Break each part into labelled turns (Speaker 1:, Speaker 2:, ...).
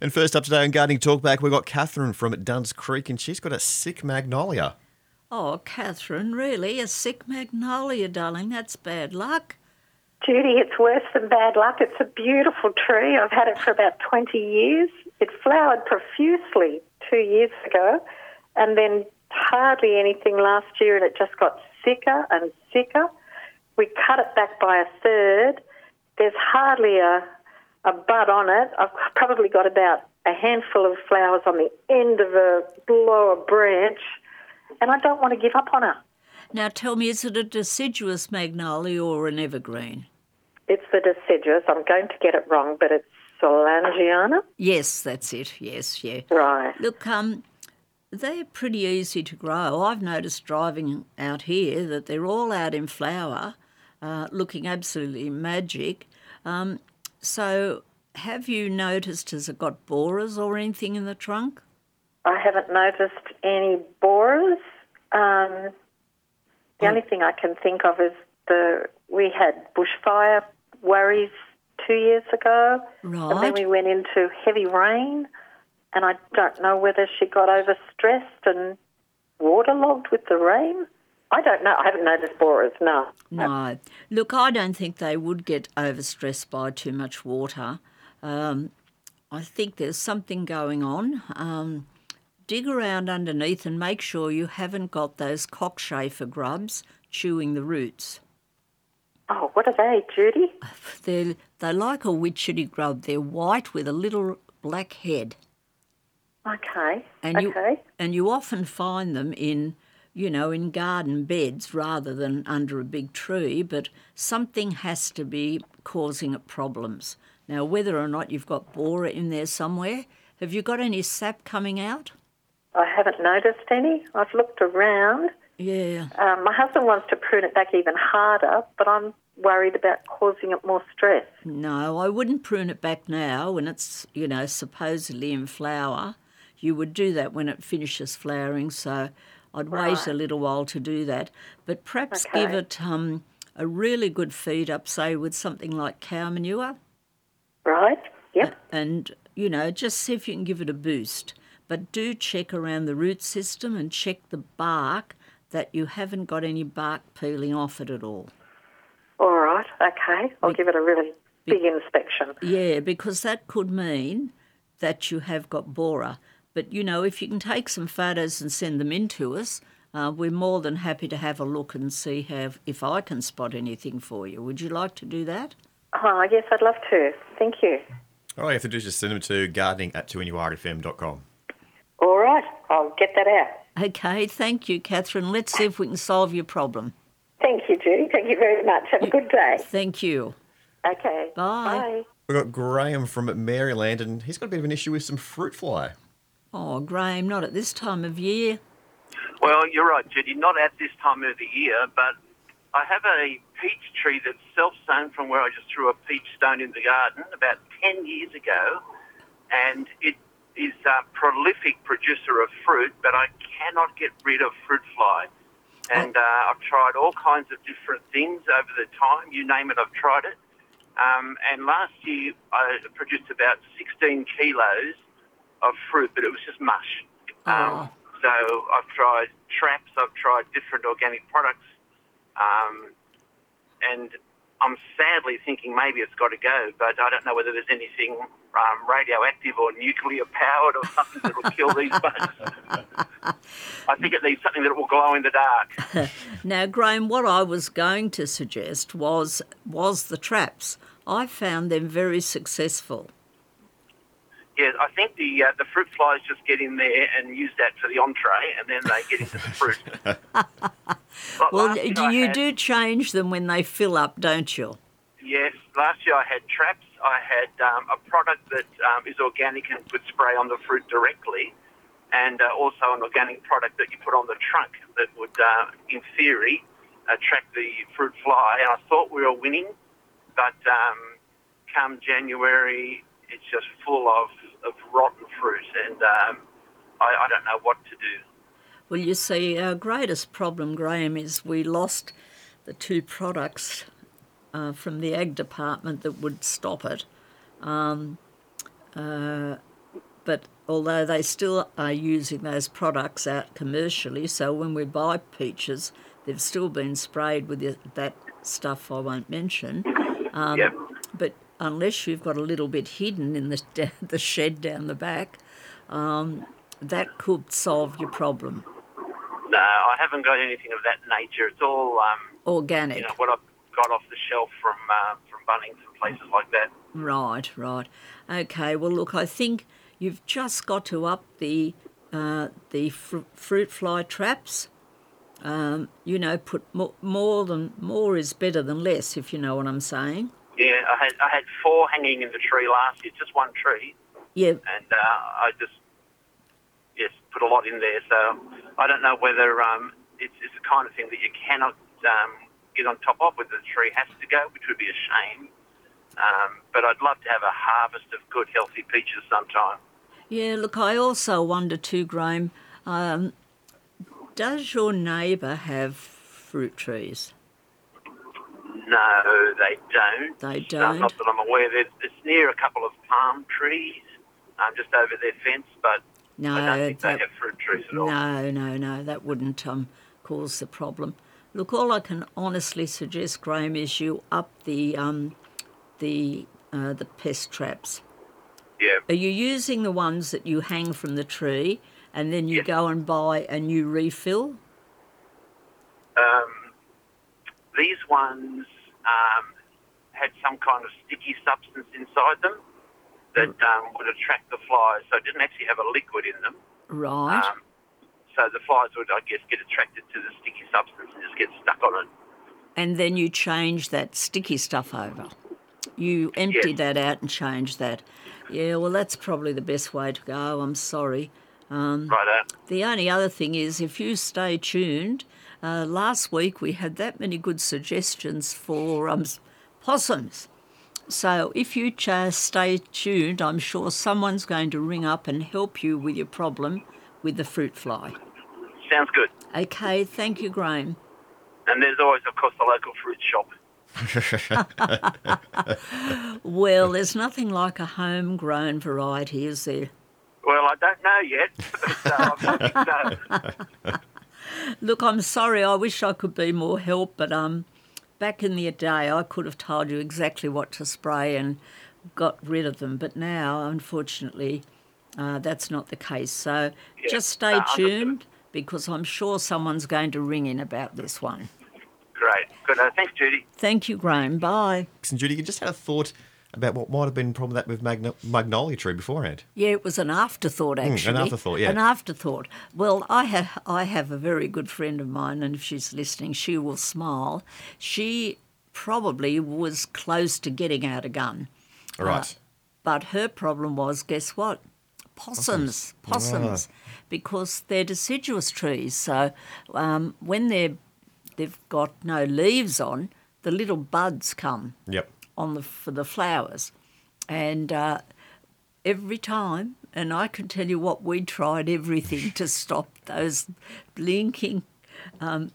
Speaker 1: And first up today on Gardening Talkback, we've got Catherine from Duns Creek, and she's got a sick magnolia.
Speaker 2: Oh, Catherine, really? A sick magnolia, darling. That's bad luck.
Speaker 3: Judy, it's worse than bad luck. It's a beautiful tree. I've had it for about 20 years. It flowered profusely two years ago and then hardly anything last year, and it just got sicker and sicker. We cut it back by a third. There's hardly a, a bud on it. I've probably got about a handful of flowers on the end of a lower branch, and I don't want to give up on her.
Speaker 2: Now tell me, is it a deciduous magnolia or an evergreen?
Speaker 3: It's the deciduous. I'm going to get it wrong, but it's Solangiana.
Speaker 2: Yes, that's it. Yes, yeah.
Speaker 3: Right.
Speaker 2: Look, um, they're pretty easy to grow. I've noticed driving out here that they're all out in flower, uh, looking absolutely magic. Um, so, have you noticed has it got borers or anything in the trunk?
Speaker 3: I haven't noticed any borers. Um, the only thing I can think of is the we had bushfire worries two years ago, and
Speaker 2: Right.
Speaker 3: then we went into heavy rain, and I don't know whether she got overstressed and waterlogged with the rain. I don't know. I haven't noticed borers. No.
Speaker 2: No. Look, I don't think they would get overstressed by too much water. Um, I think there's something going on. Um, dig around underneath and make sure you haven't got those cockchafer grubs chewing the roots.
Speaker 3: Oh, what are they, Judy?
Speaker 2: They're, they're like a witchetty grub. They're white with a little black head.
Speaker 3: Okay.
Speaker 2: And you,
Speaker 3: okay.
Speaker 2: and you often find them in, you know, in garden beds rather than under a big tree, but something has to be causing it problems. Now, whether or not you've got borer in there somewhere, have you got any sap coming out?
Speaker 3: I haven't noticed any. I've looked around.
Speaker 2: Yeah.
Speaker 3: Um, my husband wants to prune it back even harder, but I'm worried about causing it more stress.
Speaker 2: No, I wouldn't prune it back now when it's, you know, supposedly in flower. You would do that when it finishes flowering, so I'd wait a little while to do that. But perhaps give
Speaker 3: Okay.
Speaker 2: it um, a really good feed up, say with something like cow manure,
Speaker 3: Right? Yep.
Speaker 2: and, you know, just see if you can give it a boost. But do check around the root system and check the bark that you haven't got any bark peeling off it at all.
Speaker 3: All right. Okay. I'll give it a really big inspection.
Speaker 2: Yeah, because that could mean that you have got borer. But you know, if you can take some photos and send them in to us, uh, we're more than happy to have a look and see how, if I can spot anything for you. Would you like to do that?
Speaker 3: Oh, yes, I'd love to. Thank you.
Speaker 1: All you have to do is just send them to gardening at 2nurfm.com.
Speaker 3: All right. I'll get that out.
Speaker 2: Okay, thank you, Catherine. Let's see if we can solve your problem.
Speaker 3: Thank you, Judy. Thank you very much. Have a good day.
Speaker 2: Thank you.
Speaker 3: Okay.
Speaker 2: Bye.
Speaker 3: Bye.
Speaker 1: We've got Graham from Maryland, and he's got a bit of an issue with some fruit fly.
Speaker 2: Oh, Graham, not at this time of year.
Speaker 4: Well, you're right, Judy. Not at this time of the year, but I have a peach tree that's self-sown from where I just threw a peach stone in the garden about 10 years ago, and it is a prolific producer of fruit, but I cannot get rid of fruit fly.
Speaker 2: Oh.
Speaker 4: And uh, I've tried all kinds of different things over the time. You name it, I've tried it. Um, and last year, I produced about 16 kilos of fruit, but it was just mush.
Speaker 3: Oh.
Speaker 2: Oh.
Speaker 4: Um, so I've tried traps, I've tried different organic products, um, and I'm sadly thinking maybe it's got to go, but I don't know whether there's anything um, radioactive or nuclear powered or something that will kill these bugs. I think it needs something that will glow in the dark.
Speaker 2: Now, Graham, what I was going to suggest was was the traps. I found them very successful.
Speaker 4: Yeah, I think the uh, the fruit flies just get in there and use that for the entree, and then they get into the fruit. Like
Speaker 2: Well,
Speaker 4: last year I
Speaker 2: you
Speaker 4: had-
Speaker 2: do change them when they fill up, don't you?
Speaker 4: Yes, last year I had traps. I had um, a product that um, is organic and would spray on the fruit directly, and uh, also an organic product that you put on the trunk that would, uh, in theory, attract the fruit fly. And I thought we were winning, but um, come January, it's just full of, of rotten fruit, and um, I, I don't know what to do.
Speaker 2: Well, you see, our greatest problem, Graham, is we lost the two products uh, from the ag department that would stop it. Um, uh, But although they still are using those products out commercially, so when we buy peaches, they've still been sprayed with the- that stuff I won't mention. Um,
Speaker 4: Yep.
Speaker 2: But unless you've got a little bit hidden in the, the shed down the back, um, that could solve your problem.
Speaker 4: No, I haven't got anything of that nature. It's all um,
Speaker 2: Organic.
Speaker 4: you know what I've got off the shelf from uh, from Bunnings and places like that.
Speaker 2: Right, right. Okay. Well, look, I think you've just got to up the uh, the fr- fruit fly traps. Um, you know, put mo- more than more is better than less, if you know what I'm saying.
Speaker 4: Yeah, I had I had four hanging in the tree last year, just one tree,
Speaker 2: Yeah,
Speaker 4: and uh, I just yes put a lot in there. So I don't know whether um, it's, it's the kind of thing that you cannot um, get on top of, whether the tree has to go, which would be a shame. Um, but I'd love to have a harvest of good, healthy peaches sometime.
Speaker 2: yeah. Look, I also wonder too, Graham. Um, does your neighbour have fruit trees?
Speaker 4: No, they don't.
Speaker 2: They
Speaker 4: No,
Speaker 2: don't.
Speaker 4: Not that I'm aware. There's, it's near a couple of palm trees, um, just over their fence, but
Speaker 2: No,
Speaker 4: I don't think they
Speaker 2: that-
Speaker 4: have fruit trees at all.
Speaker 2: No, no, no, that wouldn't um, cause the problem. Look, all I can honestly suggest, Graham, is you up the um, the uh, the pest traps.
Speaker 4: Yeah.
Speaker 2: Are you using the ones that you hang from the tree, and then you
Speaker 4: Yes.
Speaker 2: go and buy a new refill?
Speaker 4: Um, these ones um, had some kind of sticky substance inside them that
Speaker 2: Mm.
Speaker 4: um, would attract the flies, so it didn't actually have a liquid in them.
Speaker 2: Right.
Speaker 4: Um, so the flies would, I guess, get attracted to the sticky substance and just get stuck on it.
Speaker 2: and then you change that sticky stuff over. You empty that out and change that. Yeah, well, that's probably the best way to go. I'm sorry. Um,
Speaker 4: Right out.
Speaker 2: The only other thing is, if you stay tuned, uh, last week we had that many good suggestions for um, s- possums. So if you just stay tuned, I'm sure someone's going to ring up and help you with your problem with the fruit fly.
Speaker 4: Sounds good.
Speaker 2: Okay, thank you, Graham.
Speaker 4: And there's always, of course, the local fruit shop.
Speaker 2: Well, there's nothing like a homegrown variety, is there?
Speaker 4: Well, I don't know yet. But, uh, I think so.
Speaker 2: Look, I'm sorry. I wish I could be more help, but um, back in the day, I could have told you exactly what to spray and got rid of them. But now, unfortunately, uh, that's not the case. So
Speaker 4: Yeah,
Speaker 2: just stay
Speaker 4: no, understood.
Speaker 2: tuned because I'm sure someone's going to ring in about this one.
Speaker 4: Great. Good. Uh, thanks, Judy.
Speaker 2: Thank you, Graham. Bye.
Speaker 1: And Judy, you just had a thought about what might have been the problem with that with magno- magnolia tree beforehand.
Speaker 2: Yeah, it was an afterthought actually.
Speaker 1: Hmm, afterthought, yeah.
Speaker 2: An afterthought. Well, I have I have a very good friend of mine, and if she's listening, she will smile. She probably was close to getting out a gun, Uh,
Speaker 1: All right.
Speaker 2: but her problem was, guess what? Possums,
Speaker 1: Ah.
Speaker 2: possums, because they're deciduous trees. So um, when they're they've got no leaves on, the little buds come
Speaker 1: yep.
Speaker 2: on the for the flowers, and uh, every time, and I can tell you what we tried everything to stop those blinking um,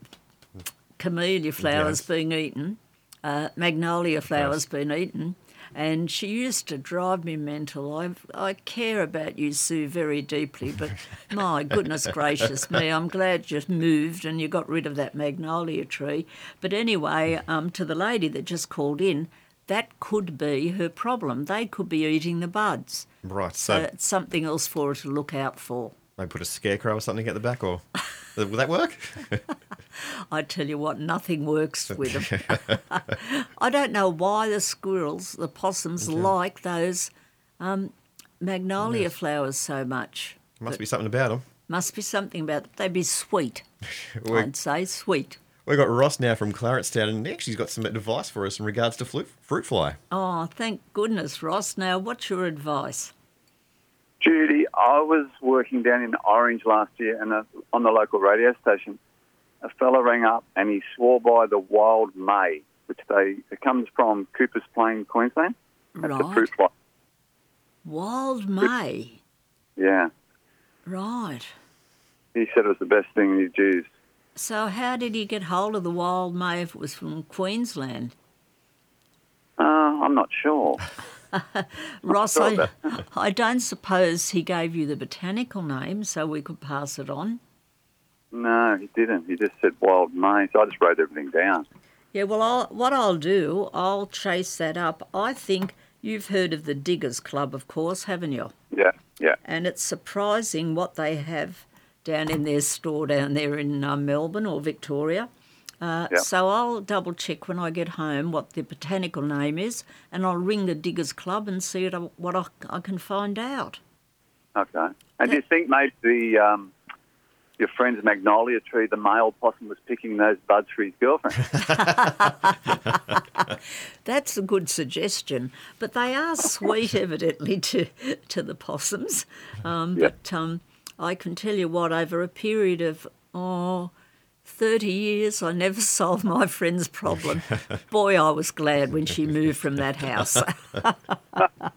Speaker 2: camellia flowers
Speaker 1: Yes.
Speaker 2: being eaten, uh, magnolia flowers being eaten. And she used to drive me mental. I, I care about you, Sue, very deeply, but my goodness gracious me, I'm glad you moved and you got rid of that magnolia tree. But anyway, um, to the lady that just called in, that could be her problem. They could be eating the buds.
Speaker 1: Right.
Speaker 2: So
Speaker 1: So
Speaker 2: it's something else for her to look out for.
Speaker 1: they put a scarecrow or something at the back, or will that work?
Speaker 2: I tell you what, nothing works with them. I don't know why the squirrels, the possums, like those um, magnolia flowers so much.
Speaker 1: Must be something about them.
Speaker 2: Must be something about They'd be sweet.
Speaker 1: We,
Speaker 2: I'd say sweet.
Speaker 1: we've got Ross now from Clarettstown, and he actually's got some advice for us in regards to flu- fruit fly.
Speaker 2: Oh, thank goodness, Ross. Now, what's your advice?
Speaker 5: Judy, I was working down in Orange last year and uh, on the local radio station, a fella rang up and he swore by the wild May, which they it comes from Cooper's Plain, Queensland. That's the
Speaker 2: Right.
Speaker 5: fruit fly.
Speaker 2: Wild May.
Speaker 5: Yeah.
Speaker 2: Right.
Speaker 5: He said it was the best thing he'd used.
Speaker 2: So, how did he get hold of the wild May if it was from Queensland?
Speaker 5: Uh, I'm not sure.
Speaker 2: Ross,
Speaker 5: Sure
Speaker 2: I, I don't suppose he gave you the botanical name so we could pass it on.
Speaker 5: No, he didn't. He just said wild maize. I just wrote everything down.
Speaker 2: Yeah, well, I'll, what I'll do, I'll chase that up. I think you've heard of the Diggers Club, of course, haven't you?
Speaker 5: Yeah, yeah.
Speaker 2: And it's surprising what they have down in their store down there in uh, Melbourne or Victoria. Uh,
Speaker 5: Yeah.
Speaker 2: So I'll double check when I get home what the botanical name is, and I'll ring the Diggers Club and see what I, what I, I can find out.
Speaker 5: Okay. And do you think maybe the, um, your friend's magnolia tree, the male possum, was picking those buds for his girlfriend?
Speaker 2: That's a good suggestion, but they are sweet, evidently, to to the possums. Um,
Speaker 5: Yeah.
Speaker 2: But um, I can tell you what, over a period of oh, 30 years, I never solved my friend's problem. Boy, I was glad when she moved from that house.
Speaker 5: that,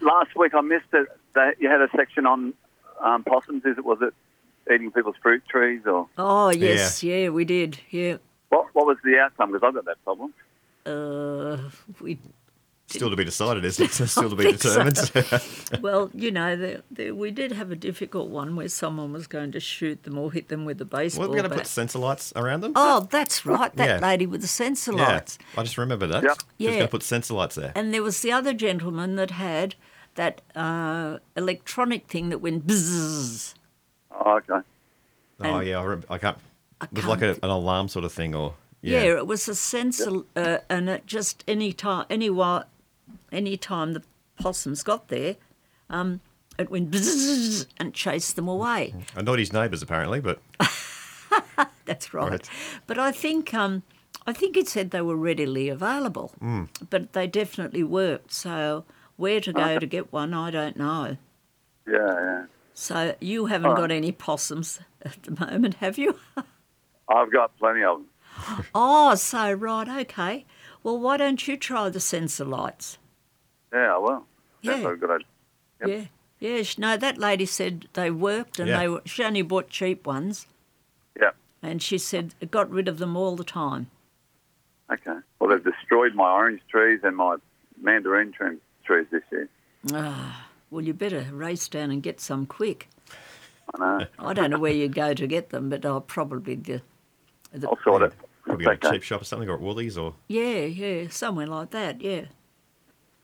Speaker 5: last week I missed it. That you had a section on um, possums. Is it was it eating people's fruit trees or
Speaker 2: oh yes, yeah, we did. Yeah,
Speaker 5: what? What was the outcome? Because I got that problem.
Speaker 2: Uh, we
Speaker 1: Still to be decided, isn't it? Still to be
Speaker 2: think so.
Speaker 1: determined.
Speaker 2: well, you know, the, the, we did have a difficult one where someone was going to shoot them or hit them with a baseball
Speaker 1: Well, we're going to
Speaker 2: bat.
Speaker 1: put sensor lights around them.
Speaker 2: oh, that's right, that
Speaker 1: Yeah.
Speaker 2: lady with the sensor
Speaker 1: yeah.
Speaker 2: lights.
Speaker 1: I just remember that.
Speaker 5: Yeah.
Speaker 1: She was
Speaker 2: Yeah.
Speaker 1: going to put sensor lights there.
Speaker 2: And there was the other gentleman that had that uh, electronic thing that went bzzz.
Speaker 5: Oh, okay.
Speaker 1: oh
Speaker 2: and-
Speaker 1: yeah, I, rem- I can't. It was
Speaker 2: can't
Speaker 1: like a, an alarm sort of thing, or
Speaker 2: Yeah,
Speaker 1: yeah.
Speaker 2: it was a sensor, uh, and it just any time, any wa- any time the possums got there, um, it went bzzz and chased them away.
Speaker 1: And not his neighbours apparently, but
Speaker 2: That's right.
Speaker 1: Right.
Speaker 2: But I think um, I think it said they were readily available,
Speaker 1: Hmm.
Speaker 2: but they definitely worked. So where to
Speaker 1: Uh-huh.
Speaker 2: go to get one, I don't know.
Speaker 5: Yeah, yeah.
Speaker 2: So you haven't got any possums at the moment, have you?
Speaker 5: I've got plenty of them.
Speaker 2: Oh, so right, okay. Well, why don't you try the sensor lights?
Speaker 5: Yeah, well, that's
Speaker 2: Yeah.
Speaker 5: a good idea.
Speaker 2: Yeah, yeah. sh- No, that lady said they worked, and
Speaker 1: Yeah.
Speaker 2: they were, she only bought cheap ones,
Speaker 5: Yeah.
Speaker 2: and she said it got rid of them all the time.
Speaker 5: Okay. Well, they've destroyed my orange trees and my mandarin tre- trees this year.
Speaker 2: Ah, well, you better race down and get some quick.
Speaker 5: I know.
Speaker 2: I don't know where you go to get them, but I'll probably the, the
Speaker 5: I'll sort it.
Speaker 1: probably
Speaker 5: It's
Speaker 1: at a
Speaker 5: okay.
Speaker 1: cheap shop or something, or at Woolies, or
Speaker 2: yeah, yeah, somewhere like that. Yeah,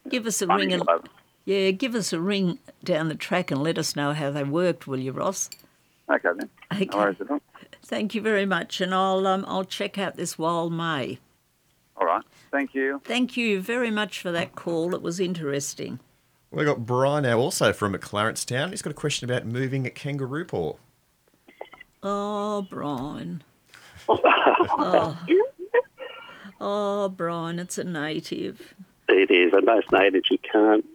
Speaker 2: give us a
Speaker 5: Money
Speaker 2: ring and
Speaker 5: will have-
Speaker 2: yeah, give us a ring down the track and let us know how they worked, will you, Ross?
Speaker 5: Okay then.
Speaker 2: Okay.
Speaker 5: No worries at all.
Speaker 2: Thank you very much, and I'll um, I'll check out this wild May.
Speaker 5: All right. Thank you.
Speaker 2: Thank you very much for that call. It was interesting.
Speaker 1: we got Brian now also from Clarencetown. He's got a question about moving at Kangaroo Paw.
Speaker 2: Oh, Brian. oh. oh, Brian, it's a native.
Speaker 6: It is. And most natives, you can't.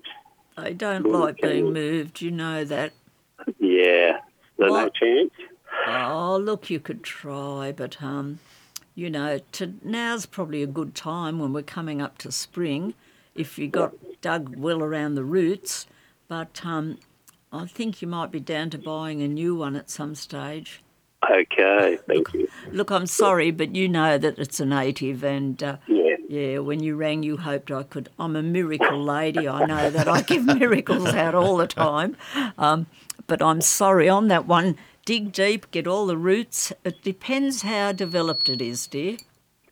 Speaker 2: They don't like being moved. You know that.
Speaker 6: Yeah. There's no
Speaker 2: What?
Speaker 6: chance.
Speaker 2: Oh, look, you could try, but um, you know, to now's probably a good time when we're coming up to spring, if you got dug well around the roots. But um, I think you might be down to buying a new one at some stage.
Speaker 6: Okay. Thank you.
Speaker 2: Look, I'm sorry, but you know that it's a native, and uh,
Speaker 6: Yeah.
Speaker 2: yeah, when you rang, you hoped I could. I'm a miracle lady. I know that I give miracles out all the time, um, but I'm sorry on that one. Dig deep, get all the roots. It depends how developed it is, dear.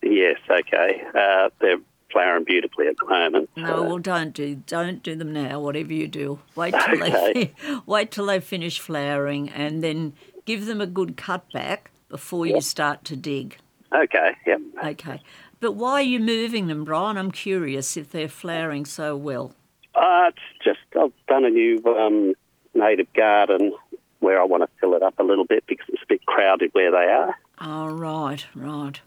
Speaker 6: Yes. Okay. Uh, they're flowering beautifully at the moment.
Speaker 2: No, well, don't do don't do them now. Whatever you do, wait till
Speaker 6: Okay.
Speaker 2: they wait till they finish flowering, and then give them a good cut back before you start to dig.
Speaker 6: Okay. Yep.
Speaker 2: Okay. But why are you moving them, Brian? I'm curious if they're flowering so well.
Speaker 6: Uh, it's just I've done a new um, native garden where I want to fill it up a little bit because it's a bit crowded where they are.
Speaker 2: Oh, right, right.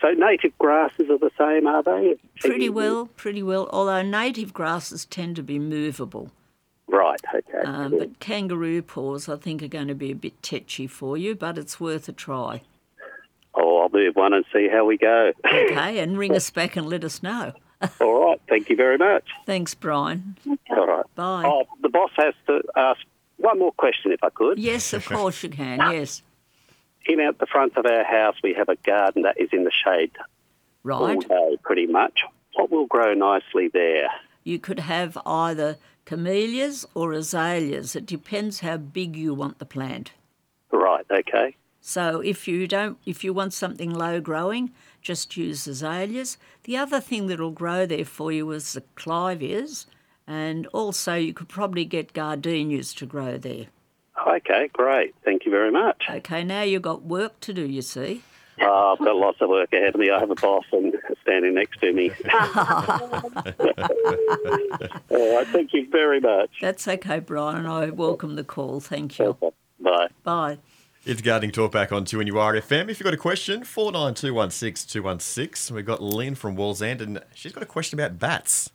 Speaker 6: So native grasses are the same, are they?
Speaker 2: Pretty well, pretty well. Although native grasses tend to be movable.
Speaker 6: Right. Okay.
Speaker 2: Um, but kangaroo paws, I think, are going to be a bit tetchy for you, but it's worth a try.
Speaker 6: oh, I'll move one and see how we go.
Speaker 2: Okay, and ring us back and let us know.
Speaker 6: All right. Thank you very much.
Speaker 2: Thanks, Brian.
Speaker 6: All right.
Speaker 2: Bye.
Speaker 6: Oh, the boss has to ask one more question, if I could.
Speaker 2: Yes, of course you can. Yes.
Speaker 6: In out the front of our house, we have a garden that is in the shade
Speaker 2: Right.
Speaker 6: all day, pretty much. What will grow nicely there?
Speaker 2: you could have either camellias or azaleas. It depends how big you want the plant.
Speaker 6: Right, okay.
Speaker 2: So if you don't, if you want something low growing, just use azaleas. The other thing that'll grow there for you is the clivias, and also you could probably get gardenias to grow there.
Speaker 6: Okay, great. Thank you very much.
Speaker 2: Okay, now you've got work to do. You see.
Speaker 6: Oh, I've got lots of work ahead of me. I have a boss and standing next to me. All right, thank you very much.
Speaker 2: That's okay, Brian. I welcome the call. Thank you.
Speaker 6: Bye.
Speaker 2: Bye.
Speaker 1: It's Gardening Talk back on 2 RFM. If you've got a question, 49216216. 216. We've got Lynn from Walls End, and she's got a question about bats.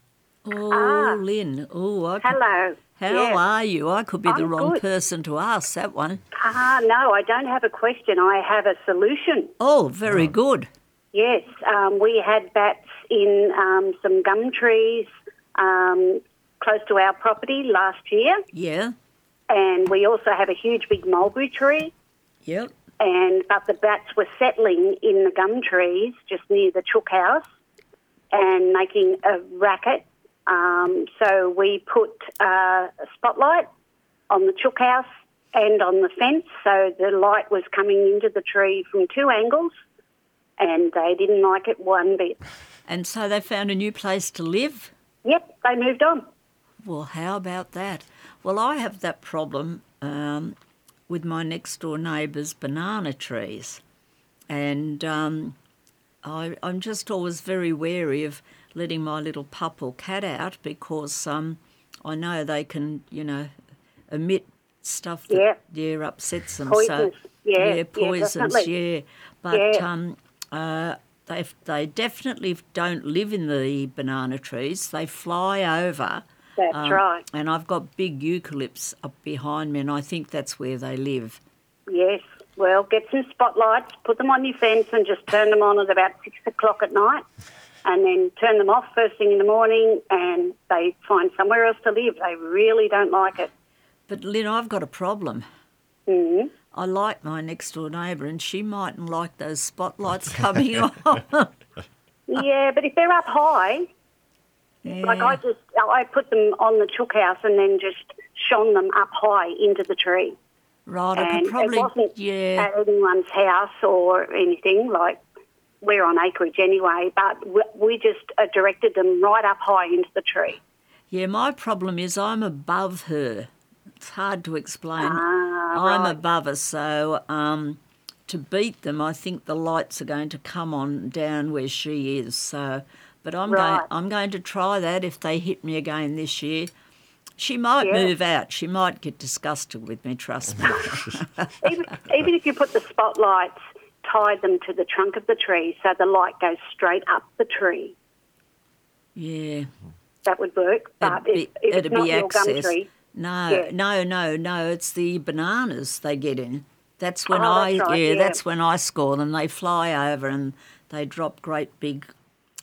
Speaker 2: Oh,
Speaker 3: Ah.
Speaker 2: Lynn. Oh, I could-
Speaker 3: Hello.
Speaker 2: How
Speaker 7: Yes.
Speaker 2: are you? I could be the
Speaker 7: I'm
Speaker 2: wrong
Speaker 7: good.
Speaker 2: person to ask that one.
Speaker 7: Ah, no, I don't have a question. I have a solution.
Speaker 2: Oh, very good.
Speaker 7: Yes, um, we had bats in um, some gum trees um, close to our property last year,
Speaker 2: Yeah.
Speaker 7: and we also have a huge big mulberry tree.
Speaker 2: Yep.
Speaker 7: And but the bats were settling in the gum trees just near the chook house, and making a racket. Um, so we put uh, a spotlight on the chook house and on the fence, so the light was coming into the tree from two angles, and they didn't like it one bit.
Speaker 2: And so they found a new place to live.
Speaker 7: Yep, they moved on.
Speaker 2: Well, how about that? Well, I have that problem um, with my next door neighbour's banana trees, and um, I, I'm just always very wary of letting my little pup or cat out because um, I know they can, you know, emit stuff that
Speaker 7: Yeah.
Speaker 2: yeah, upsets them.
Speaker 7: Poisons.
Speaker 2: So
Speaker 7: Yeah, yeah,
Speaker 2: poisons.
Speaker 7: definitely.
Speaker 2: yeah. but
Speaker 7: Yeah.
Speaker 2: um, uh, they they definitely don't live in the banana trees. They fly over.
Speaker 7: That's
Speaker 2: Um,
Speaker 7: right.
Speaker 2: And I've got big eucalypts up behind me, and I think that's where they live.
Speaker 7: Yes. Well, get some spotlights, put them on your fence, and just turn them on at about six o'clock at night, and then turn them off first thing in the morning. And they find somewhere else to live. They really don't like it.
Speaker 2: But Lynn, I've got a problem.
Speaker 7: Mm.
Speaker 2: I like my next door neighbour, and she mightn't like those spotlights coming on.
Speaker 7: Yeah, but if they're up high, like I just I put them on the chook house and then just shone them up high into the tree.
Speaker 2: right, I
Speaker 7: and
Speaker 2: could probably.
Speaker 7: it wasn't
Speaker 2: yeah.
Speaker 7: at anyone's house or anything. Like we're on acreage anyway, but we, we just uh, directed them right up high into the tree.
Speaker 2: Yeah, my problem is I'm above her. It's hard to explain.
Speaker 7: Ah,
Speaker 2: I'm above her, so um, to beat them, I think the lights are going to come on down where she is. So, but I'm going.
Speaker 7: Right.
Speaker 2: I'm going to try that if they hit me again this year. She might
Speaker 7: Yeah.
Speaker 2: move out. She might get disgusted with me. Trust me.
Speaker 7: even, even if you put the spotlights, tie them to the trunk of the tree so the light goes straight up the tree.
Speaker 2: yeah,
Speaker 7: That would work, but
Speaker 2: it'd be,
Speaker 7: if, if
Speaker 2: it'd
Speaker 7: it's not
Speaker 2: be
Speaker 7: your gum
Speaker 2: access.
Speaker 7: tree,
Speaker 2: No,
Speaker 7: Yeah.
Speaker 2: no, no, no. It's the bananas they get in. That's when
Speaker 7: Oh,
Speaker 2: I
Speaker 7: that's right,
Speaker 2: yeah,
Speaker 7: yeah.
Speaker 2: that's when I score them. They fly over and they drop great big,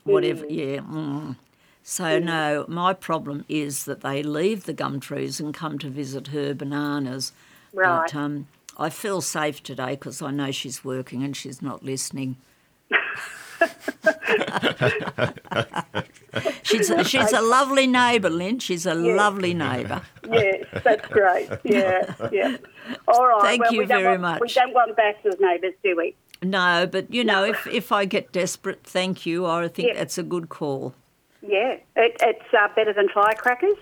Speaker 2: whatever. Yeah. Mm. So no, my problem is that they leave the gum trees and come to visit her bananas.
Speaker 7: Right.
Speaker 2: But um, I feel safe today because I know she's working and she's not listening. she's a, she's a lovely neighbour, Lynn. She's a lovely neighbour.
Speaker 7: yes, that's great. Yeah, yeah. All right.
Speaker 2: Thank
Speaker 7: well,
Speaker 2: you
Speaker 7: we don't
Speaker 2: very
Speaker 7: want- We
Speaker 2: much.
Speaker 7: don't want bats as neighbours, do we?
Speaker 2: No, but you know, if, if I get desperate, thank you. I think
Speaker 7: Yeah.
Speaker 2: that's a good call.
Speaker 7: Yeah, it, it's uh, better than firecrackers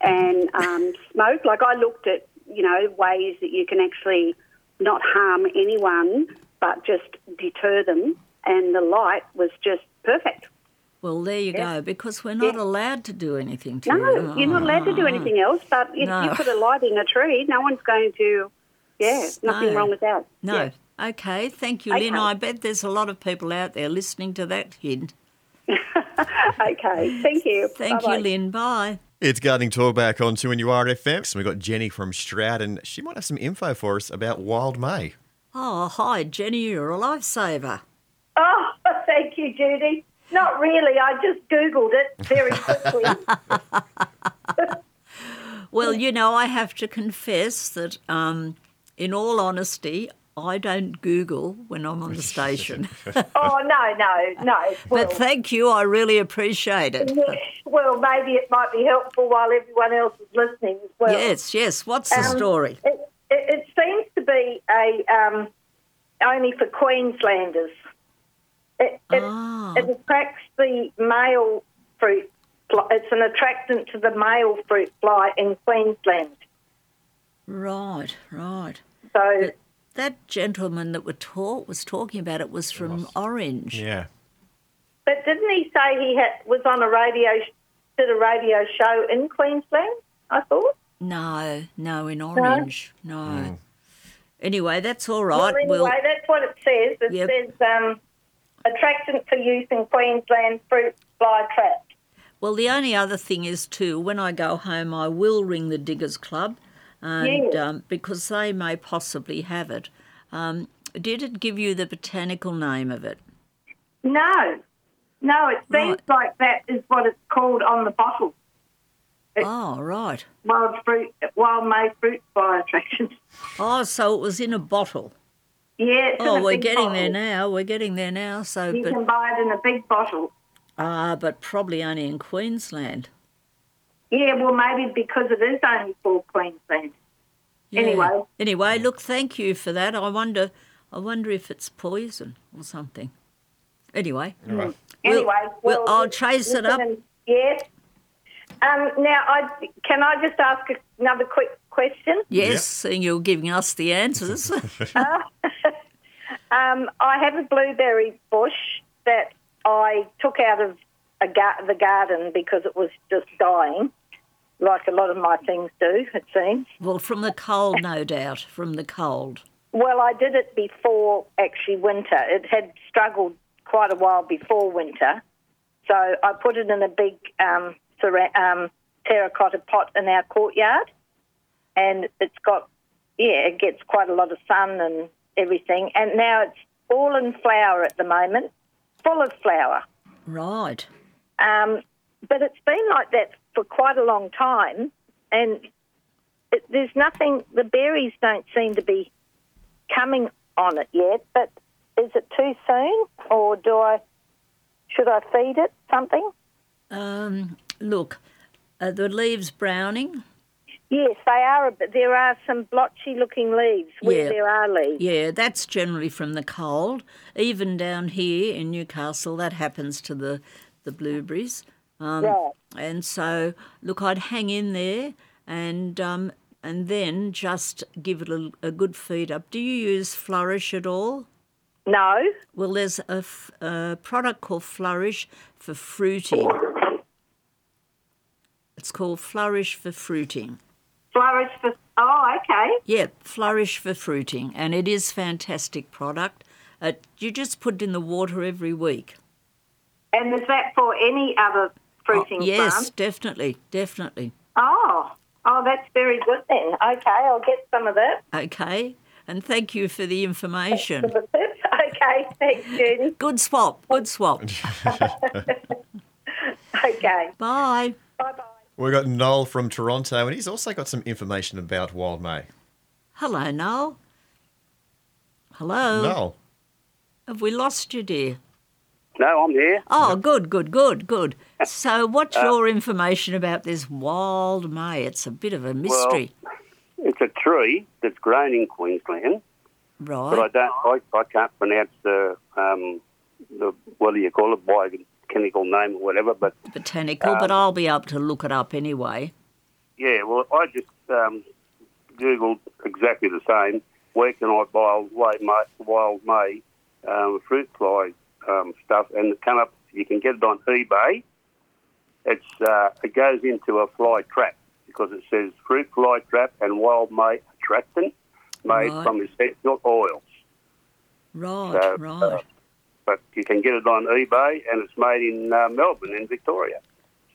Speaker 7: and um, smoke. Like I looked at, you know, ways that you can actually not harm anyone, but just deter them. And the light was just perfect.
Speaker 2: Well, there you go, because we're not allowed to do anything to
Speaker 7: No,
Speaker 2: you. Ah.
Speaker 7: you're not allowed to do anything else. But if
Speaker 2: No.
Speaker 7: you put a light in a tree, no one's going to. Yeah, nothing
Speaker 2: No.
Speaker 7: wrong with that.
Speaker 2: No. Okay, thank you, Lynn.
Speaker 7: Okay.
Speaker 2: I bet there's a lot of people out there listening to that hint.
Speaker 7: Okay, thank you.
Speaker 2: Thank
Speaker 7: Bye-bye.
Speaker 2: you, Lynn. Bye.
Speaker 1: It's Gardening Talk back on 2 RFM. So we've got Jenny from Stroud, and she might have some info for us about wild May.
Speaker 2: Oh, hi, Jenny. You're a lifesaver.
Speaker 8: Oh, thank you, Judy. Not really. I just Googled it very quickly.
Speaker 2: Well, you know, I have to confess that, um, in all honesty, I don't Google when I'm on the station.
Speaker 8: Oh, no, no, no. Well,
Speaker 2: but thank you, I really appreciate it.
Speaker 8: yeah, well, maybe it might be helpful while everyone else is listening as well.
Speaker 2: Yes, yes. What's the
Speaker 8: Um,
Speaker 2: story?
Speaker 8: It, it, it seems to be a um, only for Queenslanders. It, it,
Speaker 2: Ah.
Speaker 8: it attracts the male fruit. Fly. It's an attractant to the male fruit fly in Queensland.
Speaker 2: Right, right.
Speaker 8: So
Speaker 2: That gentleman that were taught was talking about it was from Orange.
Speaker 1: Yeah.
Speaker 8: But didn't he say he had, was on a radio, sh- did a radio show in Queensland? I thought.
Speaker 2: No, no, in Orange, no.
Speaker 8: Mm.
Speaker 2: Anyway, that's all right.
Speaker 8: well, anyway,
Speaker 2: We'll-
Speaker 8: that's what it says. It
Speaker 2: Yep.
Speaker 8: says um, attractant for use in Queensland fruit fly trap.
Speaker 2: Well, the only other thing is too, when I go home, I will ring the Diggers Club, and
Speaker 8: Yes.
Speaker 2: um, because they may possibly have it. Um, did it give you the botanical name of it?
Speaker 8: No, no, it seems
Speaker 2: Right.
Speaker 8: like that is what it's called on the bottle. It-
Speaker 2: Oh, right.
Speaker 8: Wild fruit, wild May fruit fly attraction.
Speaker 2: Oh, so it was in a bottle.
Speaker 8: Yeah. it's in
Speaker 2: Oh,
Speaker 8: a
Speaker 2: we're
Speaker 8: big
Speaker 2: getting there
Speaker 8: bottle.
Speaker 2: now. We're getting there now. So,
Speaker 8: You can
Speaker 2: but
Speaker 8: buy it in a big bottle.
Speaker 2: ah, but probably only in Queensland.
Speaker 8: Yeah, well, maybe because it is only for Queensland.
Speaker 2: Yeah.
Speaker 8: Anyway.
Speaker 2: Anyway, look, thank you for that. I wonder, I wonder if it's poison or something. Anyway,
Speaker 1: Alright.
Speaker 2: We'll-
Speaker 8: Hmm. Anyway,
Speaker 2: we'll-
Speaker 8: well,
Speaker 2: I'll trace it up.
Speaker 8: Yes. Um, now, I can I just ask another quick question?
Speaker 2: yes, and you're giving us the answers.
Speaker 8: Um, I have a blueberry bush that I took out of a gar- the garden because it was just dying, like a lot of my things do, it seems.
Speaker 2: well, from the cold, no doubt, from the cold.
Speaker 8: Well, I did it before actually winter. It had struggled quite a while before winter, so I put it in a big um, terra- um, terracotta pot in our courtyard, and it's got yeah, it gets quite a lot of sun and everything. And now it's all in flower at the moment, full of flower.
Speaker 2: Right.
Speaker 8: Um, but it's been like that for quite a long time, and it, there's nothing. The berries don't seem to be coming on it yet. But is it too soon, or do I? Should I feed it something?
Speaker 2: Um, look, uh, the leaves browning.
Speaker 8: Yes, they are. a bit- There are some blotchy-looking leaves where
Speaker 2: Yeah.
Speaker 8: there are leaves.
Speaker 2: Yeah, that's generally from the cold. Even down here in Newcastle, that happens to the, the blueberries. Um,
Speaker 8: Right.
Speaker 2: And so, look, I'd hang in there and um, and then just give it a, a good feed up. Do you use Flourish at all?
Speaker 8: No.
Speaker 2: Well, there's a, f- a product called Flourish for fruiting. It's called Flourish for fruiting.
Speaker 8: Flourish for. Oh, okay.
Speaker 2: Yeah, Flourish for fruiting, and it is fantastic product. Uh, you just put it in the water every week.
Speaker 8: And is that for any other fruiting
Speaker 2: Oh, yes,
Speaker 8: plant?
Speaker 2: definitely, definitely.
Speaker 8: Oh, oh, that's very good then. Okay, I'll get some of that.
Speaker 2: Okay, and thank you for the information.
Speaker 8: okay, thanks, Judy.
Speaker 2: Good swap, good swap.
Speaker 8: Okay,
Speaker 2: Bye.
Speaker 8: bye bye.
Speaker 1: We've got Noel from Toronto, and he's also got some information about Wild May.
Speaker 2: Hello, Noel. Hello.
Speaker 1: Noel.
Speaker 2: Have we lost you, dear?
Speaker 6: No, I'm here.
Speaker 2: Oh, good, good, good, good. So, what's
Speaker 6: Uh,
Speaker 2: your information about this wild May? It's a bit of a mystery,
Speaker 6: It's a tree that's grown in Queensland, but I
Speaker 2: right?
Speaker 6: don't. I, I can't pronounce the um, the what do you call it by the chemical name or whatever. But
Speaker 2: Botanical,
Speaker 6: um,
Speaker 2: but I'll be able to look it up anyway.
Speaker 6: yeah, well, I just um, googled exactly the same. Where can I buy wild May, wild May um, fruit fly um, stuff? And it come up. You can get it on eBay. It's uh, it goes into a fly trap because it says fruit fly trap and wild May attractant made
Speaker 2: Right.
Speaker 6: from essential oils.
Speaker 2: Right,
Speaker 6: So,
Speaker 2: right.
Speaker 6: uh, but you can get it on eBay, and it's made in uh, Melbourne, in Victoria.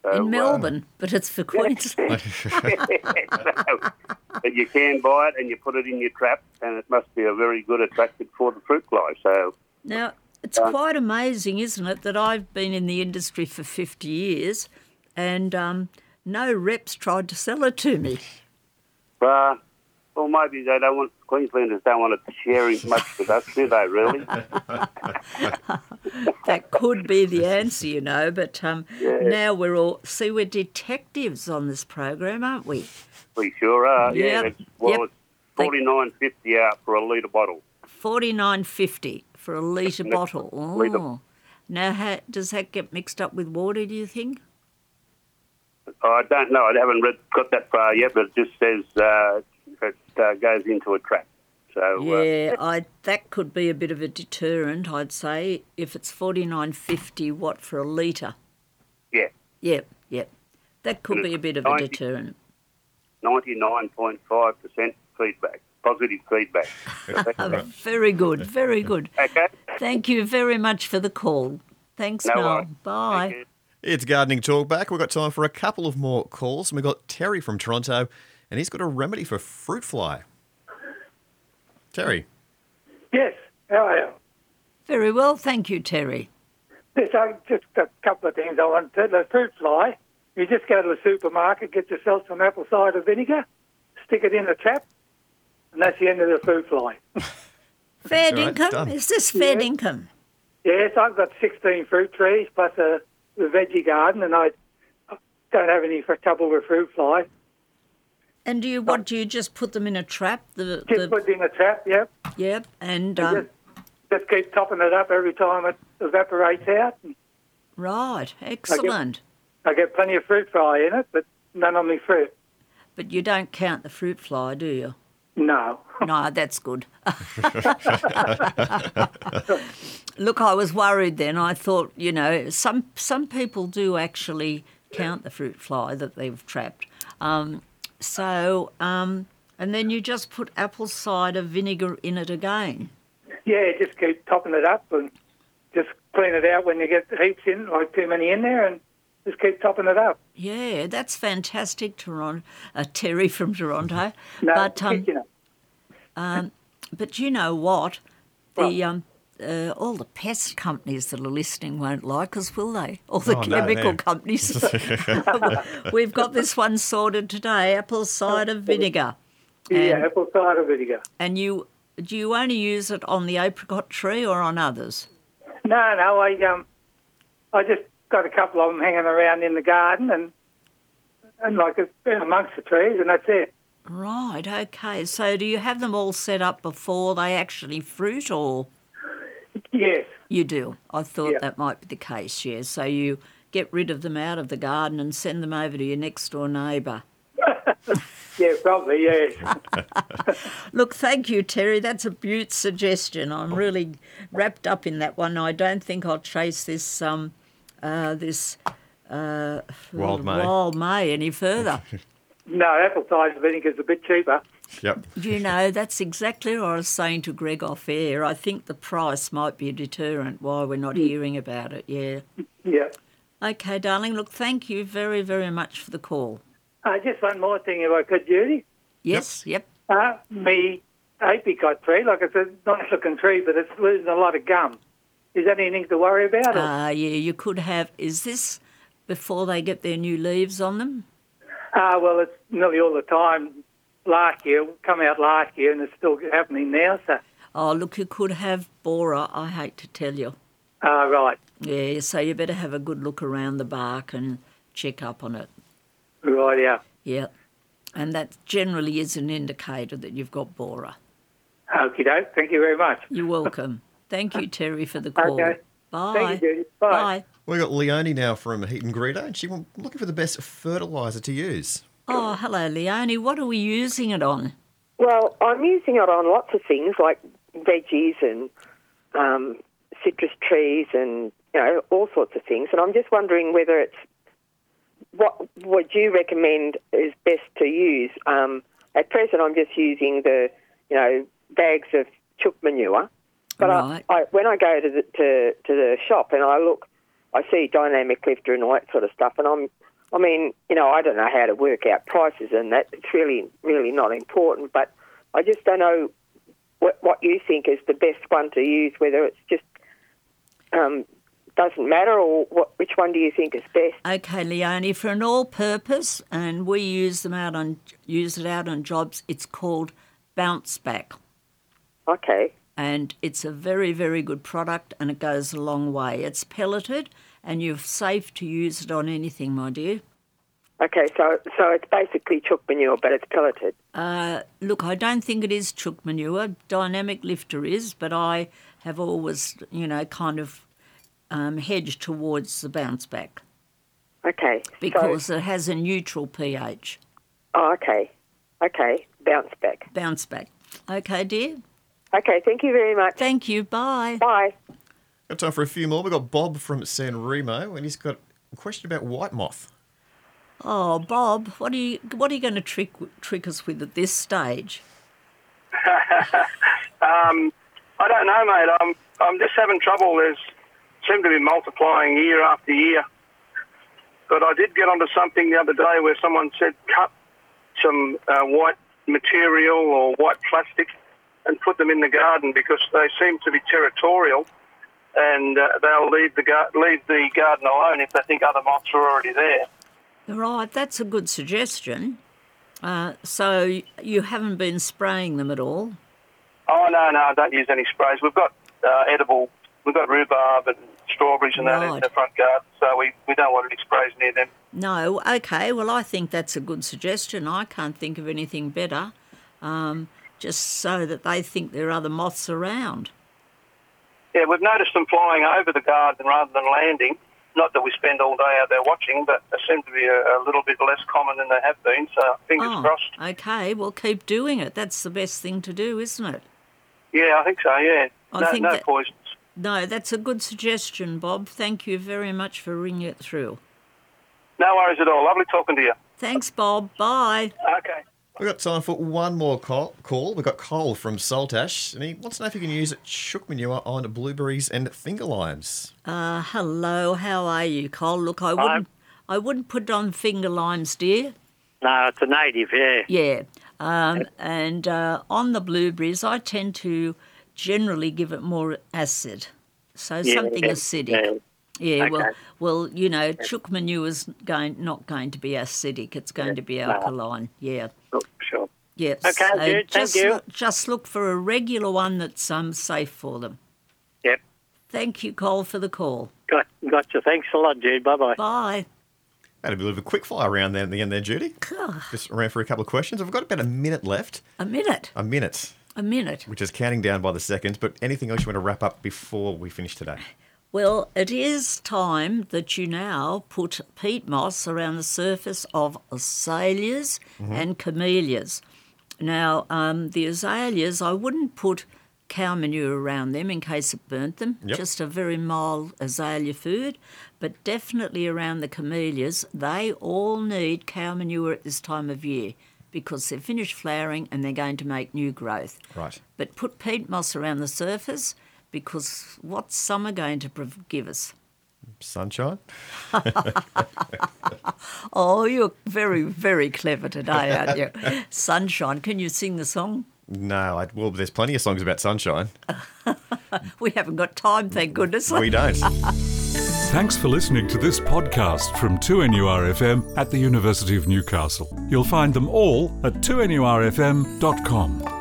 Speaker 6: So,
Speaker 2: in
Speaker 6: uh,
Speaker 2: Melbourne, but it's for Queensland.
Speaker 6: so, but you can buy it, and you put it in your trap, and it must be a very good attractant for the fruit fly. So,
Speaker 2: now, it's
Speaker 6: Uh,
Speaker 2: quite amazing, isn't it, that I've been in the industry for 50 years and um, no reps tried to sell it to me.
Speaker 6: uh, Well, maybe they don't want Queenslanders don't want to share it much with us, do they? Really?
Speaker 2: that could be the answer, you know. But um,
Speaker 6: Yeah.
Speaker 2: now we're all see we're detectives on this program, aren't we?
Speaker 6: We sure are.
Speaker 2: Yep,
Speaker 6: Yeah. It's, well,
Speaker 2: yep.
Speaker 6: it's forty nine fifty out for a litre bottle.
Speaker 2: Forty nine fifty for a litre
Speaker 6: Litre-
Speaker 2: bottle.
Speaker 6: litre.
Speaker 2: Oh. Now, how, does that get mixed up with water? Do you think?
Speaker 6: I don't know. I haven't read, got that far yet, but it just says uh, it uh, goes into a trap. So uh,
Speaker 2: yeah, I that could be a bit of a deterrent. I'd say if it's forty nine fifty what for a litre.
Speaker 6: yeah,
Speaker 2: Yep, yep. That could be a bit of a
Speaker 6: 90.
Speaker 2: deterrent.
Speaker 6: ninety nine point five percent feedback, positive feedback. okay.
Speaker 2: Oh, Very good, very good. Thank you very much for the call. Thanks,
Speaker 6: No
Speaker 2: Noel.
Speaker 6: worries.
Speaker 2: Bye.
Speaker 6: Thank you.
Speaker 1: It's Gardening Talk back. We've got time for a couple of more calls. And we've got Terry from Toronto, and he's got a remedy for fruit fly. Terry.
Speaker 9: Yes, how are you?
Speaker 2: Very well, thank you, Terry.
Speaker 9: Yes, I just a couple of things I want to The fruit fly, you just go to the supermarket, get yourself some apple cider vinegar, stick it in the trap, and that's the end of the fruit fly.
Speaker 2: Fair
Speaker 1: all right, it's
Speaker 2: income?
Speaker 1: done.
Speaker 2: Is this fair income?
Speaker 9: Yes, I've got 16 fruit trees plus a, the veggie garden, and I don't have any f- trouble with fruit fly.
Speaker 2: And do you what do you just put them in a trap? The,
Speaker 9: Just
Speaker 2: the
Speaker 9: put it in the trap, yep.
Speaker 2: yep, and um,
Speaker 9: Just, just keep topping it up every time it evaporates out. And
Speaker 2: right, excellent.
Speaker 9: I get plenty of fruit fly in it, but none on me fruit.
Speaker 2: But you don't count the fruit fly, do you?
Speaker 9: No.
Speaker 2: No, that's good. Look, I was worried then. I thought, you know, some some people do actually count the fruit fly that they've trapped. Um, so, um, and then you just put apple cider vinegar in it again.
Speaker 9: Yeah, just keep topping it up and just clean it out when you get heaps in, like too many in there, and just keep topping it up.
Speaker 2: Yeah, that's fantastic, Toronto. Uh, Terry from Toronto.
Speaker 9: No,
Speaker 2: but um,
Speaker 9: kitchen it.
Speaker 2: But you know what? The um, uh, all the pest companies that are listening won't like us, will they? All the
Speaker 1: Oh, no,
Speaker 2: chemical
Speaker 1: they're-
Speaker 2: companies. We've got this one sorted today: apple cider vinegar,
Speaker 9: yeah,
Speaker 2: and-
Speaker 9: apple cider vinegar.
Speaker 2: and you do you only use it on the apricot tree or on others?
Speaker 9: No, no, I um, I just got a couple of them hanging around in the garden and and like it's been amongst the trees, and that's it.
Speaker 2: Right. Okay. So do you have them all set up before they actually fruit, or
Speaker 9: Yes,
Speaker 2: you do? I thought
Speaker 9: Yeah.
Speaker 2: that might be the case. Yeah. So you get rid of them out of the garden and send them over to your next door neighbour.
Speaker 9: yeah, probably, yes.
Speaker 2: Look, thank you, Terry. That's a butte suggestion. I'm really wrapped up in that one. I don't think I'll chase this um, uh, this uh,
Speaker 1: Wild May.
Speaker 2: wild May any further.
Speaker 9: no, apple cider vinegar's a bit cheaper.
Speaker 1: Yep.
Speaker 2: you know, that's exactly what I was saying to Greg off air. I think the price might be a deterrent why we're not
Speaker 9: Mm.
Speaker 2: hearing about it. Yeah.
Speaker 9: Yeah.
Speaker 2: Okay, darling. Look, thank you very, very much for the call.
Speaker 9: Uh, just one more thing, if I could, Judy.
Speaker 2: Yes. Yep.
Speaker 9: Uh, me apricot tree, like it's a nice looking tree, but it's losing a lot of gum. Is that anything to worry about? or-
Speaker 2: Uh, yeah. You could have. Is this before they get their new leaves on them?
Speaker 9: Ah, well, it's nearly all the time. Last year, come out last year, and it's still happening now. So,
Speaker 2: Oh, look, you could have borer. I hate to tell you.
Speaker 9: ah, right,
Speaker 2: Yeah, so you better have a good look around the bark and check up on it.
Speaker 9: right, yeah.
Speaker 2: Yeah. And that generally is an indicator that you've got borer.
Speaker 9: Okie doke. Thank you very much.
Speaker 2: You're welcome. Thank you, Terry, for the call.
Speaker 9: Okay.
Speaker 2: Bye.
Speaker 9: Thank you, Judy. Bye.
Speaker 1: We've got Leonie now from Heat and Greeter, and she's looking for the best fertiliser to use.
Speaker 2: Oh, hello, Leonie. What are we using it on?
Speaker 10: Well, I'm using it on lots of things like veggies and um, citrus trees and you know all sorts of things. And I'm just wondering whether it's what what you recommend is best to use. Um, at present, I'm just using the you know bags of chook manure. But
Speaker 2: Right.
Speaker 10: I, I, when I go to the to, to the shop and I look, I see dynamic lifter and all that sort of stuff, and I'm I mean, you know, I don't know how to work out prices and that. It's really, really not important. But I just don't know what, what you think is the best one to use, whether it's just um, doesn't matter, or what, which one do you think is best?
Speaker 2: Okay, Leonie, for an all-purpose, and we use them out on use it out on jobs. It's called Bounce Back,
Speaker 10: Okay.
Speaker 2: and it's a very very good product, and it goes a long way. It's pelleted, and you're safe to use it on anything, my dear.
Speaker 10: Okay, so so it's basically chook manure, but it's pelleted.
Speaker 2: Uh, look, I don't think it is chook manure. Dynamic lifter is, but I have always, you know, kind of um, hedged towards the bounce back
Speaker 10: Okay. so-
Speaker 2: because it has a neutral pH.
Speaker 10: oh, okay. Okay. Bounce back.
Speaker 2: Bounce back. Okay, dear.
Speaker 10: Okay. Thank you very much.
Speaker 2: Thank you. Bye.
Speaker 10: Bye.
Speaker 1: Got time for a few more. We've got Bob from San Remo, and he's got a question about white moth.
Speaker 2: Oh, Bob, what are you what are you going to trick trick us with at this stage?
Speaker 11: Um, I don't know, mate. I'm I'm just having trouble. There's seem to be multiplying year after year. But I did get onto something the other day where someone said cut some uh, white material or white plastic and put them in the garden because they seem to be territorial and uh, they'll leave the gar- leave the garden alone if they think other moths are already there.
Speaker 2: Right, that's a good suggestion. Uh, so you haven't been spraying them at all.
Speaker 11: Oh no, no, I don't use any sprays. We've got uh, edible, we've got rhubarb and strawberries and that in
Speaker 2: Right.
Speaker 11: the front garden, so we, we don't want any sprays near them.
Speaker 2: No, okay. Well, I think that's a good suggestion. I can't think of anything better. Um, just so that they think there are other moths around.
Speaker 11: Yeah, we've noticed them flying over the garden rather than landing. Not that we spend all day out there watching, but they seem to be a, a little bit less common than they have been. So fingers
Speaker 2: oh,
Speaker 11: crossed.
Speaker 2: okay. Well, keep doing it. That's the best thing to do, isn't it?
Speaker 11: Yeah, I think so. Yeah,
Speaker 2: I
Speaker 11: no,
Speaker 2: think
Speaker 11: no
Speaker 2: that-
Speaker 11: poisons.
Speaker 2: No, that's a good suggestion, Bob. Thank you very much for ringing it through.
Speaker 11: No worries at all. Lovely talking to you.
Speaker 2: Thanks, Bob. Bye.
Speaker 11: Okay.
Speaker 1: We've got time for one more call. call. We've got Cole from Saltash, and he wants to know if he can use chook manure on blueberries and finger limes.
Speaker 2: Uh, hello. How are you, Cole? Look, I wouldn't. I wouldn't put it on finger limes, dear.
Speaker 12: No, it's a native, yeah.
Speaker 2: Yeah. Um, and uh, on the blueberries, I tend to generally give it more acid. So
Speaker 12: Yeah,
Speaker 2: Oh, something
Speaker 12: yeah,
Speaker 2: acidic.
Speaker 12: yeah.
Speaker 2: Yeah, well,
Speaker 12: Okay.
Speaker 2: well, you know, chook manure is going, not going to be acidic. It's going to be
Speaker 12: no.
Speaker 2: alkaline. Yeah.
Speaker 11: Sure.
Speaker 2: Yes.
Speaker 12: Okay,
Speaker 2: so
Speaker 12: good, thank
Speaker 2: just
Speaker 12: you.
Speaker 2: Look, just look for a regular one that's um, safe for them.
Speaker 12: Yep.
Speaker 2: Thank you, Cole, for the call.
Speaker 12: Got, gotcha. Thanks a lot, Jude. Bye bye.
Speaker 2: Bye.
Speaker 1: Had a bit of a quick fire round there at the end there, Judy. Just ran for a couple of questions. I've got about a minute left.
Speaker 2: A minute.
Speaker 1: A minute,
Speaker 2: A minute.
Speaker 1: which is counting down by the seconds. But anything else you want to wrap up before we finish today?
Speaker 2: Well, it is time that you now put peat moss around the surface of azaleas
Speaker 13: Mhm.
Speaker 2: and camellias. Now, um, the azaleas, I wouldn't put cow manure around them in case it burnt them,
Speaker 13: Yep.
Speaker 2: just a very mild azalea food, but definitely around the camellias. They all need cow manure at this time of year because they're finished flowering and they're going to make new growth
Speaker 1: Right.
Speaker 2: but put peat moss around the surface because what's summer going to prov- give us?
Speaker 1: Sunshine?
Speaker 2: Oh, you're very, very clever today, aren't you? Sunshine. Can you sing the song?
Speaker 1: No, I, well, there's plenty of songs about sunshine.
Speaker 2: We haven't got time, thank goodness.
Speaker 1: We don't.
Speaker 14: Thanks for listening to this podcast from 2NURFM at the University of Newcastle. You'll find them all at 2NURFM.com.